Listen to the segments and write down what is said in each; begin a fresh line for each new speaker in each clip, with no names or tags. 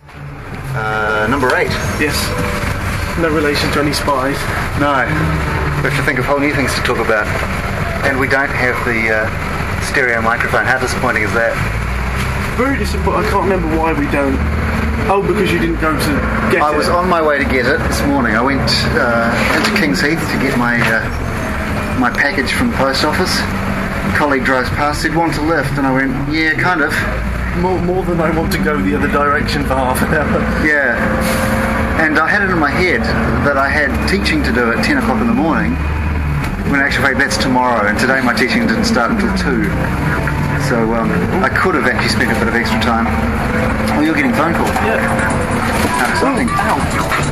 Uh, number eight.
Yes. No relation to any spies.
No. We have to think of whole new things to talk about. And we don't have the uh, stereo microphone. How disappointing is that?
Very disappointed. I can't remember why we don't. Oh, because you didn't go to get
I
it.
was on my way to get it this morning. I went uh, into King's Heath to get my uh, my package from the post office. A colleague drives past, said, want a lift? And I went, yeah, kind of.
more, more than I want to go the other direction for half an hour.
Yeah. And I had it in my head that I had teaching to do at 10 o'clock in the morning, when in actual fact that's tomorrow, and today my teaching didn't start until 2. So um, I could have actually spent a bit of extra time. Oh, you're getting phone calls.
Yeah.
How exciting.
Ow.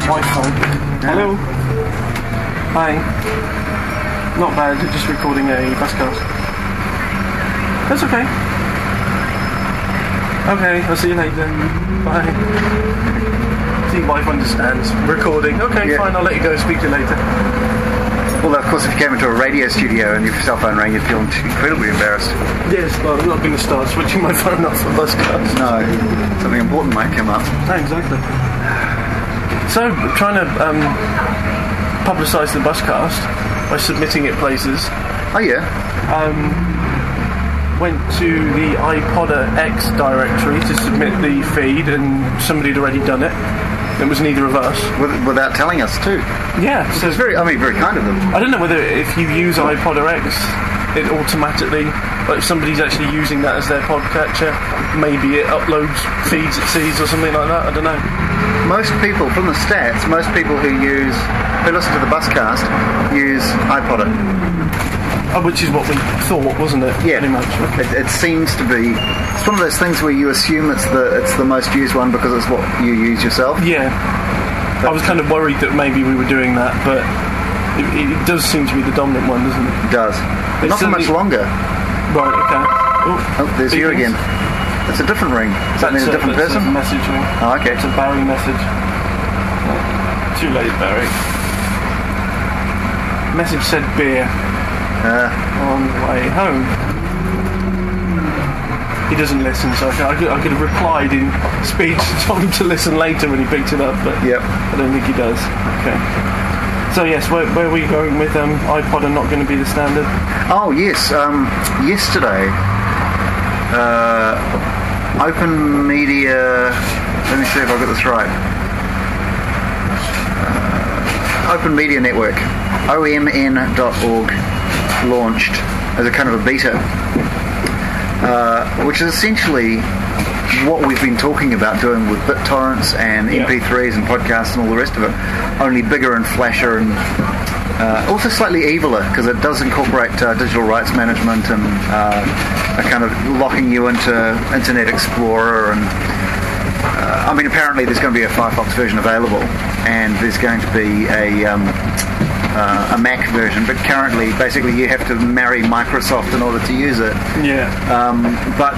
My phone. Hello. Hi. Not bad. Just recording a buscast. That's okay. Okay. I'll see you later. Bye. See, wife understands. Recording. Okay,
Yeah.
fine. I'll let you go. Speak to you later.
Although, of course, if you came into a radio studio and your cell phone rang, you'd feel incredibly embarrassed.
Yes. Well, I'm not going to start switching my phone off for buscast.
No, something important might come up.
No, exactly. So, trying to um, publicise the buscast by submitting it places. um,
Oh, yeah.
Went to the iPodder X directory to submit the feed, and somebody had already done it. It was neither of us.
With, without telling us, too.
Yeah, so
It's very, I mean, very kind of them.
I don't know whether if you use iPodder X, it automatically, like if somebody's actually using that as their podcatcher, maybe it uploads feeds it sees or something like that. I don't know.
Most people, from the stats, most people who use, who listen to the buscast, use iPodder.
Oh, which is what we thought, wasn't it? Pretty much.
It, it seems to be. It's one of those things where you assume it's the it's the most used one because it's what you use yourself.
Yeah. I was kind of worried that maybe we were doing that, but it, it does seem to be the dominant one, doesn't it?
It does. Not for much
certainly-
longer.
Right, okay.
Oh, there's you again. It's a different ring. Does that mean a
That's
different
that's
person?
message or
Oh, okay.
it's a Barry message. Too late, Barry. Message said beer
Uh,
on way home. He doesn't listen, so I could, I could, I could have replied in speech to tell him to listen later when he picked it up, but
yep.
I don't think he does. Okay. So yes, where, where are we going with um, iPod? Are not going to be the standard.
Oh yes. Um, yesterday, uh, Open Media. Let me see if I got this right. Uh, Open Media Network, OMN.org, launched as a kind of a beta, uh, which is essentially what we've been talking about doing with BitTorrents and
Yeah.
MP3s and podcasts and all the rest of it, only bigger and flasher and uh, also slightly eviler because it does incorporate uh, digital rights management and uh, a kind of locking you into Internet Explorer and uh, I mean apparently there's going to be a Firefox version available and there's going to be a um, uh, a Mac version but currently basically you have to marry Microsoft in order to use it
Yeah.
um, but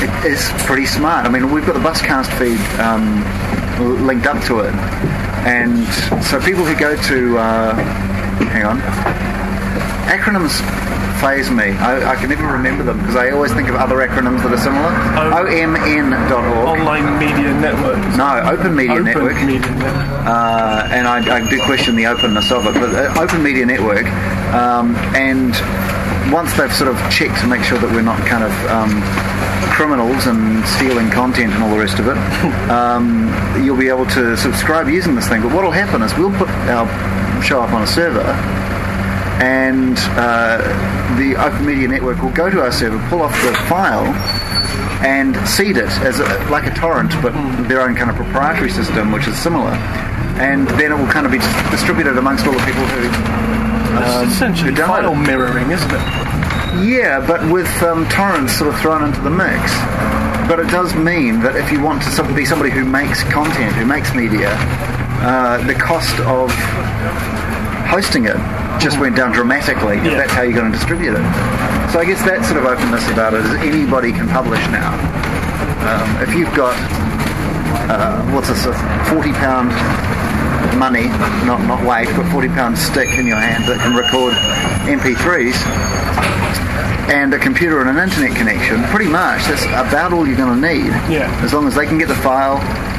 it is pretty smart. I mean, we've got the Buscast feed um, l- linked up to it, and so people who go to uh, hang on acronyms phase me. I, I can never remember them because I always think of other acronyms that are similar.
Oh.
OMN.org.
Online media networks.
No, Open Media
Open
Network.
media network.
uh, and I, I do question the openness of it, but uh, Open Media Network, um, and once they've sort of checked to make sure that we're not kind of um, criminals and stealing content and all the rest of it, um, you'll be able to subscribe using this thing. But what'll happen is we'll put our show up on a server, and uh, the Open Media Network will go to our server, pull off the file, and seed it as a, like a torrent, but their own kind of proprietary system, which is similar. And then it will kind of be dis- distributed amongst all the people who. Um,
It's essentially
you download
file
it.
mirroring, isn't it?
Yeah, but with um, torrents sort of thrown into the mix. But it does mean that if you want to some- be somebody who makes content, who makes media, uh, the cost of hosting it just went down dramatically. if
Yeah.
That's how you're going to distribute it. So I guess that sort of openness about it is anybody can publish now. Um, if you've got uh, what's this, a forty pound money, not not weight, but forty pound stick in your hand that can record MP3s, and a computer and an internet connection, pretty much that's about all you're going to need.
Yeah.
As long as they can get the file,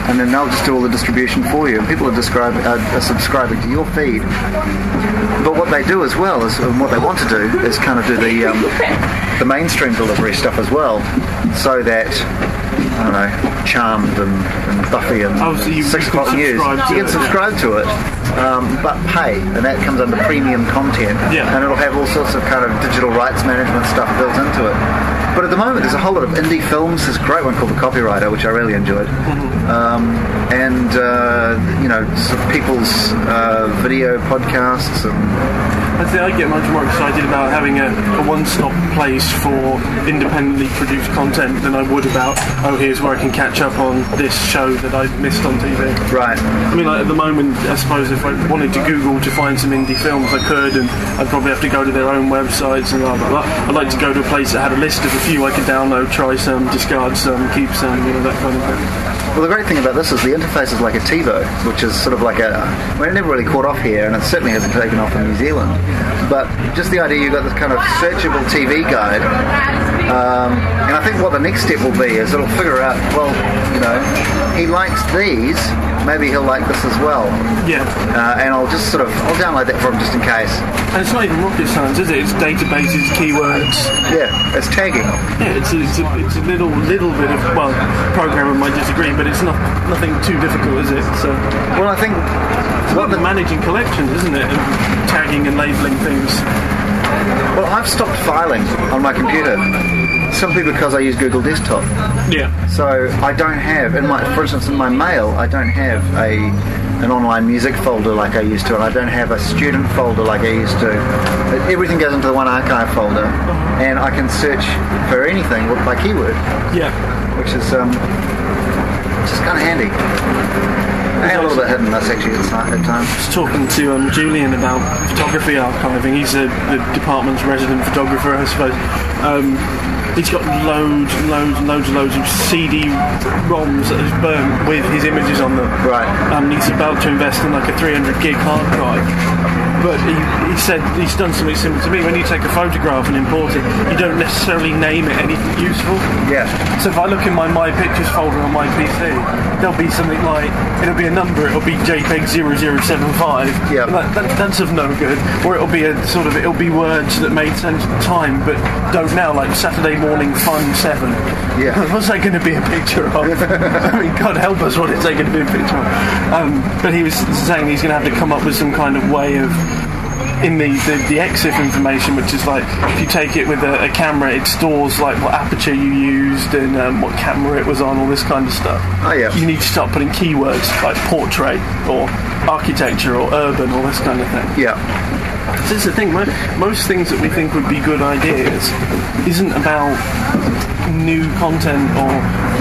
and then they'll just do all the distribution for you. And people are, describe, uh, are subscribing to your feed. But what they do as well is, and what they want to do is kind of do the um, the mainstream delivery stuff as well, so that. I don't know, Charmed and, and Buffy and
Oh, so you-
Six
you can
O'Clock News.
subscribe to
You can
it.
subscribe to it, um, but pay, and that comes under premium content,
Yeah.
and it'll have all sorts of kind of digital rights management stuff built into it. But at the moment, there's a whole lot of indie films. There's a great one called The Copywriter, which I really enjoyed, um, and uh, you know, sort of people's uh, video podcasts and
I think I get much more excited about having a, a one-stop place for independently produced content than I would about oh here's where I can catch up on this show that I missed on TV.
right.
I mean, like, at the moment, I suppose if I wanted to Google to find some indie films, I could, and I'd probably have to go to their own websites and blah blah blah. I'd like to go to a place that had a list of a few I could download, try some, discard some, keep some, you know that kind of thing.
Well, the great thing about this is the interface is like a TiVo, which is sort of like a. Well, it never really caught off here, and it certainly hasn't taken off in New Zealand. But just the idea you've got this kind of searchable TV guide, um, and I think what the next step will be is it'll figure out, well, you know, he likes these, maybe he'll like this as well.
Yeah.
Uh, and I'll just sort of, I'll download that for him just in case.
And it's not even rocket science, is it? It's databases, keywords.
Yeah, it's tagging.
Yeah, it's a, it's a, it's a little little bit of well, programmer might disagree, but it's not nothing too difficult, is it? So
Well, I think
about the managing collections, isn't it? And tagging and labeling things.
Well, I've stopped filing on my computer simply because I use Google Desktop.
Yeah.
So I don't have, in my, for instance, in my mail, I don't have a an online music folder like I used to, and I don't have a student folder like I used to. Everything goes into the one archive folder, and I can search for anything with by keyword,
Yeah.
which is um, just kind of handy. And a little bit hidden, that's actually at ti- at times.
I was talking to um, Julian about photography archiving. He's a, the department's resident photographer, I suppose. Um, he's got loads, and loads, and loads, and loads of CD-ROMs that have burnt with his images on them.
Right.
um, he's about to invest in like a 300 gig hard drive. But he, he said he's done something similar to me. When you take a photograph and import it, you don't necessarily name it anything useful.
Yeah.
So if I look in my My Pictures folder on my PC, there'll be something like, it'll be a number, it'll be JPEG 0075.
Yeah.
And That, that, that's of no good. Or it'll be a sort of, it'll be words that made sense at the time, but don't now, like Saturday morning fun 7.
Yeah.
What's that going to be a picture of? I mean, God help us, what is that going to be a picture of? Um, but he was saying he's going to have to come up with some kind of way of in the, the, the EXIF information, which is like if you take it with a, a camera, it stores like what aperture you used and um, what camera it was on, all this kind of stuff.
Oh, yeah.
You need to start putting keywords like portrait or architecture or urban, all this kind of thing.
Yeah.
This is the thing. mo- Most things that we think would be good ideas isn't about new content or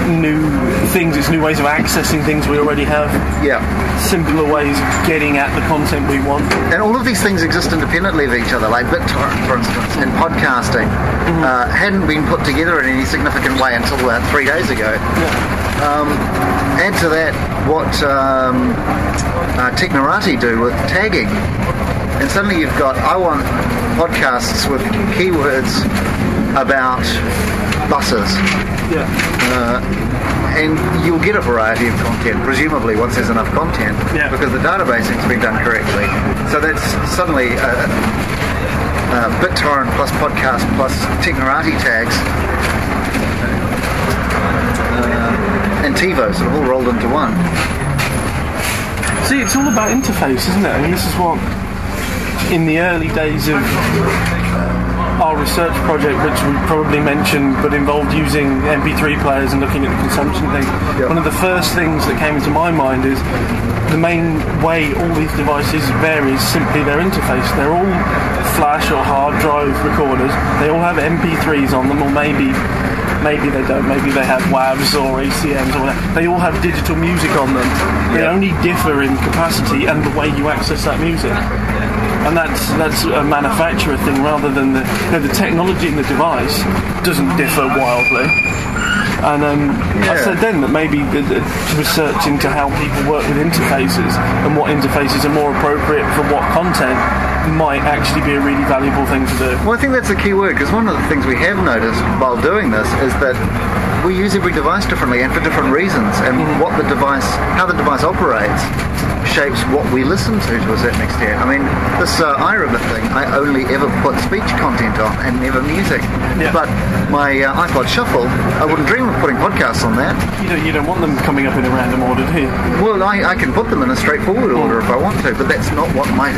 new things. It's new ways of accessing things we already have.
Yeah.
Simpler ways of getting at the content we want.
and all of these things exist independently of each other. Like BitTorrent, for instance, in podcasting, uh, hadn't been put together in any significant way until about three days ago. Um, add to that what um, uh, Technorati do with tagging, and suddenly you've got I want podcasts with keywords about buses
Yeah.
and you'll get a variety of content, presumably once there's enough content,
Yeah.
because the databasing's been done correctly. So that's suddenly uh, uh, BitTorrent plus podcast plus Technorati tags uh, and TiVo sort of all rolled into one.
See, it's all about interface, isn't it? I mean, this is what in the early days of uh, our research project, which we probably mentioned, but involved using MP3 players and looking at the consumption thing.
Yep.
One of the first things that came into my mind is the main way all these devices vary is simply their interface. They're all flash or hard drive recorders. They all have MP3s on them, or maybe. Maybe they don't. Maybe they have WAVs or ACMs or whatever. They all have digital music on them. They
Yeah.
only differ in capacity and the way you access that music and that's that's a manufacturer thing rather than the you know, the technology in the device doesn't differ wildly. And um, I
Yeah.
said then that maybe the, the research into how people work with interfaces and what interfaces are more appropriate for what content might actually be a really valuable thing to do.
Well, I think that's the key word because one of the things we have noticed while doing this is that we use every device differently and for different reasons, and what the device, how the device operates, shapes what we listen to to a certain extent. I mean, this uh, iRibbon thing, I only ever put speech content on and never music.
Yeah.
But my uh, iPod Shuffle, I wouldn't dream of putting podcasts on that.
You don't, you don't want them coming up in a random order, do you?
Well, I, I can put them in a straightforward order if I want to, but that's not what my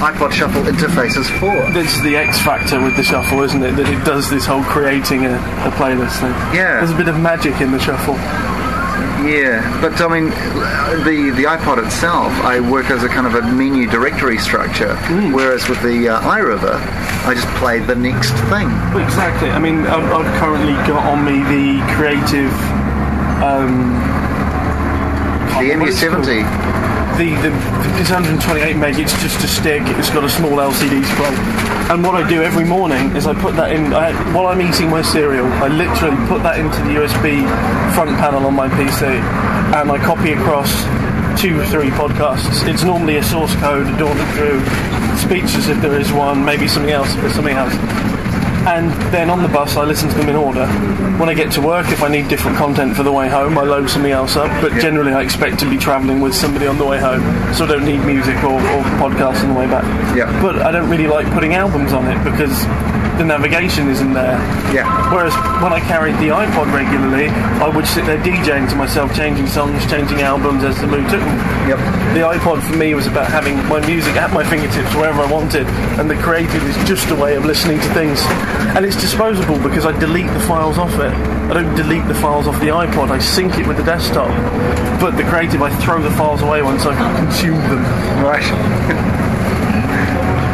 iPod Shuffle interface is for.
That's the X factor with the shuffle, isn't it? That it does this whole creating a, a playlist thing.
Yeah.
There's a bit of magic in the shuffle.
Yeah, but I mean, the the iPod itself, I work as a kind of a menu directory structure,
Mm.
whereas with the uh, iRiver, I just play the next thing.
Well, exactly. I mean, I've, I've currently got on me the creative. Um,
The
Oh, what is it called?
MU70.
the, the it's 128 meg. It's just a stick. It's got a small LCD display. And what I do every morning is I put that in I, while I'm eating my cereal. I literally put that into the USB front panel on my PC, and I copy across two, three podcasts. It's normally a source code, a Dawn through speeches if there is one, maybe something else if there's something else and then on the bus I listen to them in order. When I get to work, if I need different content for the way home, I load something else up. But generally, I expect to be travelling with somebody on the way home, so I don't need music or, or podcasts on the way back.
Yeah.
But I don't really like putting albums on it because the navigation isn't there.
Yeah.
Whereas when I carried the iPod regularly, I would sit there DJing to myself, changing songs, changing albums as the mood took me.
Yep.
The iPod for me was about having my music at my fingertips wherever I wanted, and the creative is just a way of listening to things. And it's disposable because I delete the files off it. I don't delete the files off the iPod, I sync it with the desktop. But the creative, I throw the files away once I have consumed them.
Right.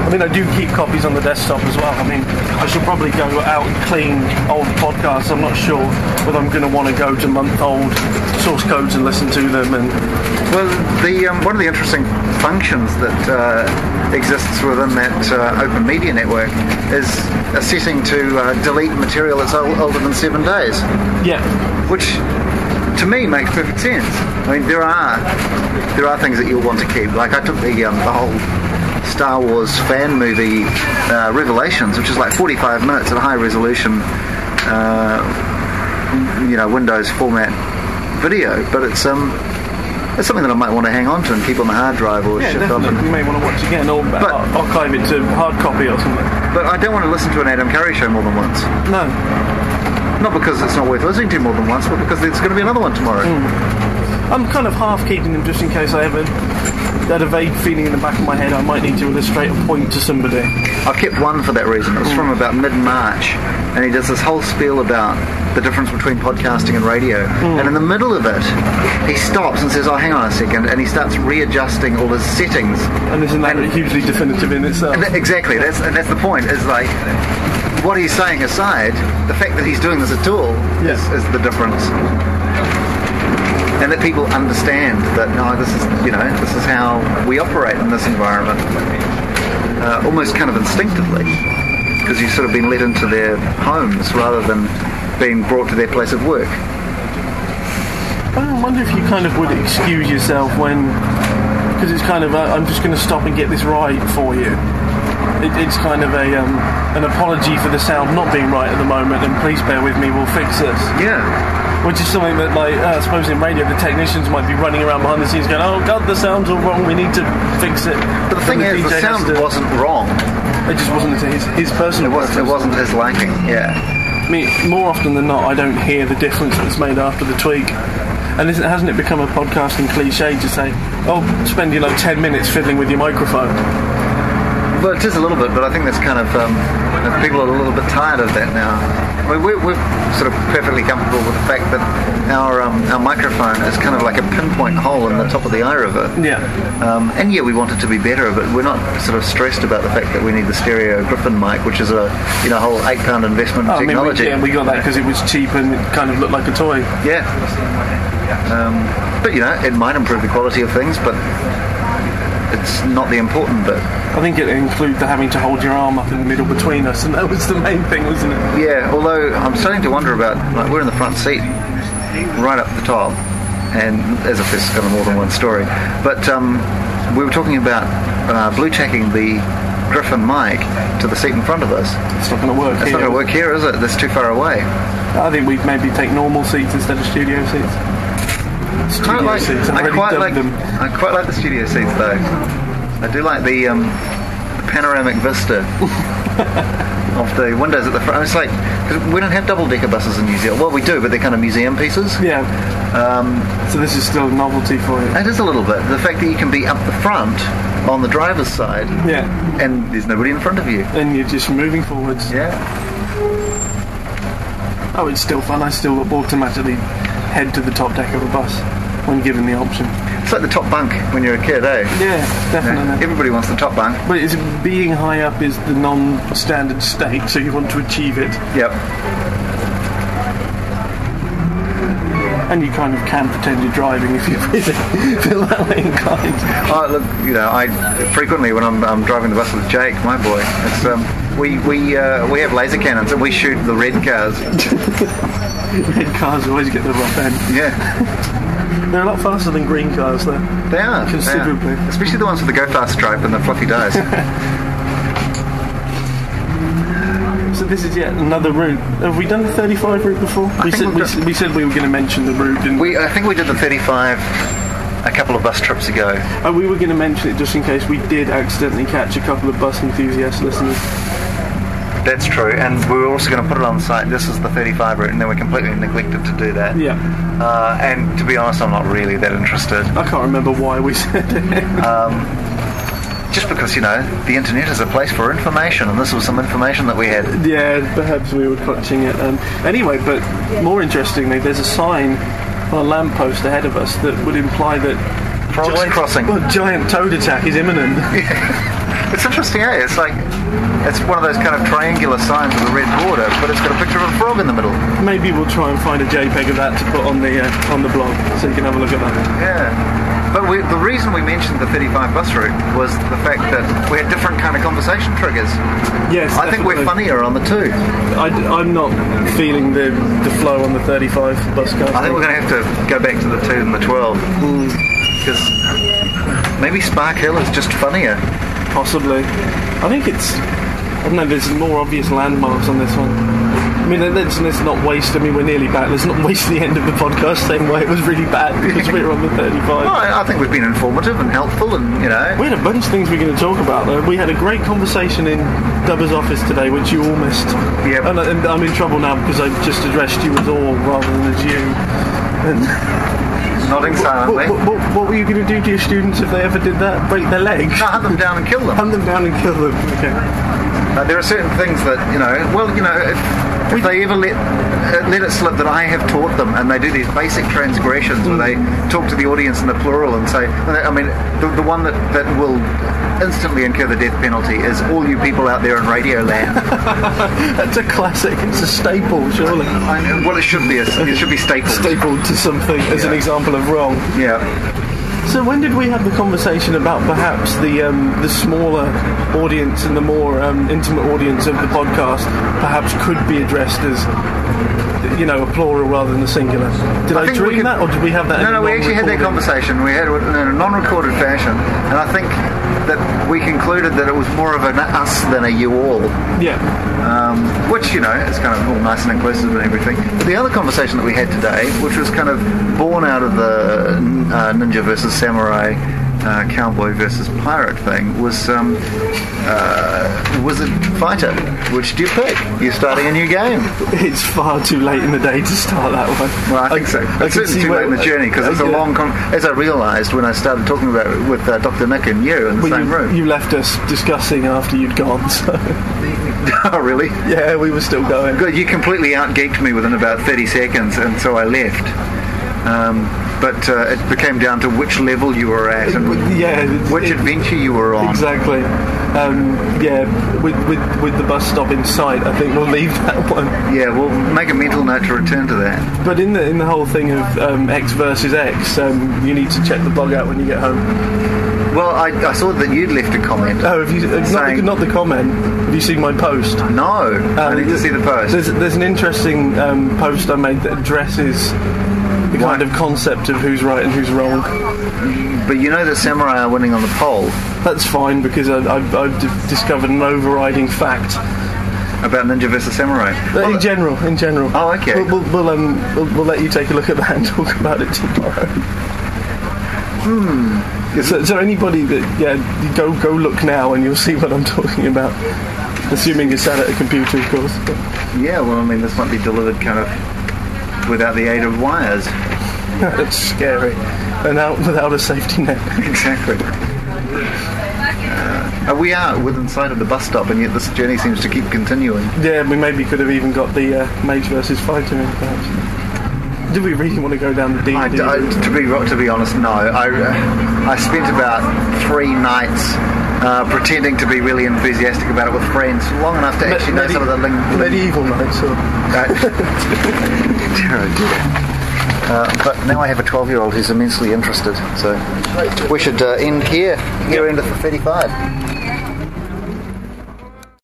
I mean, I do keep copies on the desktop as well. I mean, I should probably go out and clean old podcasts. I'm not sure whether I'm going to want to go to month old source codes and listen to them. And
Well, the um, one of the interesting functions that uh, exists within that uh, open media network is a setting to uh, delete material that's ol- older than seven days.
yeah,
which to me makes perfect sense. I mean, there are there are things that you'll want to keep. Like I took the um, the whole Star Wars fan movie uh, Revelations, which is like 45 minutes at high resolution, uh, you know, Windows format video, but it's um. It's something that I might want to hang on to and keep on the hard drive or
Yeah,
shift off.
definitely. You may want to watch again or
But-
ar- archive it to hard copy or something.
But I don't want to listen to an Adam Curry show more than once.
No.
Not because it's not worth listening to more than once, but because there's going to be another one tomorrow.
Hmm. I'm kind of half keeping them just in case I ever had a vague feeling in the back of my head I might need to illustrate a point to somebody.
I've kept one for that reason. It was from about mid-March, and he does this whole spiel about the difference between podcasting and radio. And in the middle of it, he stops and says, "Oh, hang on a second. and he starts readjusting all his settings.
And isn't that hugely definitive in itself?
And that- exactly. That's and that's the point. Is like what he's saying aside, the fact that he's doing this at all
Yeah.
is, is the difference. And that people understand that no, this is you know this is how we operate in this environment, uh, almost kind of instinctively, because you've sort of been let into their homes rather than being brought to their place of work.
I wonder if you kind of would excuse yourself when, because it's kind of a, I'm just going to stop and get this right for you. It, it's kind of a um, an apology for the sound not being right at the moment, and please bear with me, we'll fix this.
Yeah,
Which is something that, like, uh, I suppose in radio, the technicians might be running around behind the scenes going, "Oh God, the sound's all wrong. We need to fix it."
but the thing
And
is, the
DJ has
sound
to-
wasn't wrong.
it just wasn't to his his
It
personal.
was it
preference.
wasn't his liking. Yeah.
I mean, more often than not, I don't hear the difference that's made after the tweak. And isn't, hasn't it become a podcasting cliche to say, "Oh, spend you know ten minutes fiddling with your microphone"?
Well, it is a little bit, but I think that's kind of um, people are a little bit tired of that now. I mean, we're, we're sort of perfectly comfortable with the fact that our um, our microphone is kind of like a pinpoint hole in the top of the eye river.
Yeah.
Um, and yeah, we want it to be better, but we're not sort of stressed about the fact that we need the stereo Griffin mic, which is a you know whole eight pound investment in
Oh, I mean, we,
technology.
yeah, we got that because it was cheap and it kind of looked like a toy.
yeah. Um, but you know, it might improve the quality of things, but it's not the important bit.
I think it included the having to hold your arm up in the middle between us, and that was the main thing, wasn't it?
Yeah, although I'm starting to wonder about like we're in the front seat, right up the top, and as if there's kind of more than one story. But um, we were talking about uh, blue checking the Griffin mic to the seat in front of us.
It's not going to work.
It's
here.
not going to work here, is it? That's too far away.
I think we'd maybe take normal seats instead of studio seats.
I
Studio
quite like,
seats. I've
I
already
quite
dubbed
like,
them.
I quite like the studio seats though. I do like the, um, the panoramic vista of the windows at the front. It's like 'cause we don't have double decker buses in New Zealand. Well, we do, but they're kind of museum pieces.
Yeah. Um, so this is still a novelty for you.
That is a little bit the fact that you can be up the front on the driver's side,
Yeah.
and there's nobody in front of you.
And you're just moving forwards.
Yeah,
Oh, it's still fun. I still automatically head to the top deck of a bus when given the option.
it's like the top bunk when you're a kid, eh?
Yeah, definitely.
Everybody wants the top bunk.
But it's, being high up is the non-standard state, so you want to achieve it,
Yep.
and you kind of can pretend you're driving if you really feel that way inclined.
Oh, look, you know, I frequently when I'm, I'm driving the bus with Jake, my boy, it's um, we we uh, we have laser cannons and we shoot the red cars.
Red cars always get the rough end.
Yeah,
They're a lot faster than green cars,
they
though.
are they are.
Considerably.
especially the ones with the go fast stripe and the fluffy dies.
So this is yet another route. Have we done the 35 route before? We
think
said
we've
we,
got-
said- we said we were going to mention the route, didn't we?
we I think we did the 35 a couple of bus trips ago.
Oh, we were going to mention it just in case we did accidentally catch a couple of bus enthusiast listeners.
That's true, and we were also going to put it on the site. This is the 35 route, and then we completely neglected to do that.
Yeah,
Uh, and to be honest, I'm not really that interested.
I can't remember why we said it.
Just because you know the internet is a place for information, and this was some information that we had.
yeah, perhaps we were clutching it. Um, anyway, but more interestingly, there's a sign on a lamppost ahead of us that would imply that
Frogs crossing.
Well, giant toad attack is imminent.
It's interesting, eh? It's like it's one of those kind of triangular signs with a red border, but it's got a picture of a frog in the middle.
Maybe we'll try and find a JPEG of that to put on the uh, on the blog, so you can have a look at that.
Yeah. But we, the reason we mentioned the 35 bus route was the fact that we had different kind of conversation triggers.
Yes,
I think we're
definitely.
funnier on the two.
I, am not feeling the, the flow on the 35 bus car.
I think we're going to have to go back to the two and the 12
Hmm.
because maybe Spark Hill is just funnier.
Possibly. I think it's. I don't know, there's more obvious landmarks on this one. I mean, let's, let's not waste. I mean, we're nearly back. Let's not waste the end of the podcast same way it was really bad because we were on the 35.
Well, I, I think we've been informative and helpful, and you know,
We had a bunch of things we are going to talk about, though. We had a great conversation in Dubber's office today, which you all missed.
Yep.
And, I- and I'm in trouble now because I've just addressed you as all rather than as you. And
nodding silently.
what, what, what, what were you going to do to your students if they ever did that? Break their legs?
No, hunt them down and kill them.
Hunt them down and kill them. Okay.
Uh, there are certain things that you know. Well, you know, if, if they ever let uh, let it slip that I have taught them, and they do these basic transgressions where they
Hmm.
talk to the audience in the plural and say, I mean, the, the one that that will instantly incur the death penalty is all you people out there in radio land.
That's a classic. It's a staple, surely.
I know- well, it should be a, it should be stapled.
Staple to something as an
Yeah.
example of wrong.
yeah.
So when did we have the conversation about perhaps the um, the smaller audience and the more um, intimate audience of the podcast perhaps could be addressed as you know a plural rather than a singular? Did I,
think we
dream
could-
that, or did we have that?
No,
in
no,
a
we actually had that
non-recorded-
conversation. We had it in a non-recorded fashion, and I think that we concluded that it was more of an us than a you all.
Yeah,
um, which you know is kind of all nice and inclusive and everything. But the other conversation that we had today, which was kind of born out of the uh, ninja versus samurai, uh, cowboy versus pirate thing, was um, uh, wizard fighter. Which do you pick? You're starting a new game.
it's far too late in the day to start that one.
Well, I think so.
I
It's
can
certainly
see
too
where-
late in the journey because it's a
Yeah.
long. Con- as I realised when I started talking about it with uh, Dr. Nick and you in the
Well,
same
you,
room.
you left us discussing after you'd gone, so
oh, really?
yeah, we were still going.
Good, you completely outgeeked me within about 30 seconds, and so I left. Um, but uh, it became down to which level you were at and
Yeah, it's-
which
it-
adventure you were on.
Exactly. Um, yeah, with, with with the bus stop in sight, I think we'll leave that one.
Yeah, we'll make a mental note to return to that.
But in the in the whole thing of um, X versus X, um, you need to check the blog out when you get home.
Well, I, I saw that you'd left a comment.
Oh, have you uh, not the,
Saying-
not the comment? Have you seen my post?
no,
uh,
I need to see the post.
There's there's an interesting um, post I made that addresses the
Why-
kind of concept of who's right and who's wrong.
But you know that samurai are winning on the poll
That's fine because I, I, I've d- discovered an overriding fact.
about ninja versus samurai.
But
Well, uh,
in general, in general.
Oh, okay.
We'll, we'll, we'll, um, we'll, we'll let you take a look at that and talk about it tomorrow. Hmm.
Hmm.
So, so anybody that yeah, you go go look now and you'll see what I'm talking about. Assuming you sat at a computer, of course.
yeah, well, I mean, this might be delivered kind of without the aid of wires.
That's scary. And out without a safety net.
Exactly. Uh, we are within sight of the bus stop, and yet this journey seems to keep continuing.
Yeah, we maybe could have even got the uh, mage versus fighter in perhaps. Do we really want to go down the D?
I, I- to be ro- to be honest, no. I uh, I spent about three nights uh, pretending to be really enthusiastic about it with friends, long enough to actually know some of the ling- ling-
medieval knights? Or,
Uh, Jared, uh, but now I have a 12 year old who's immensely interested, so we should uh, end here. Year end of 35.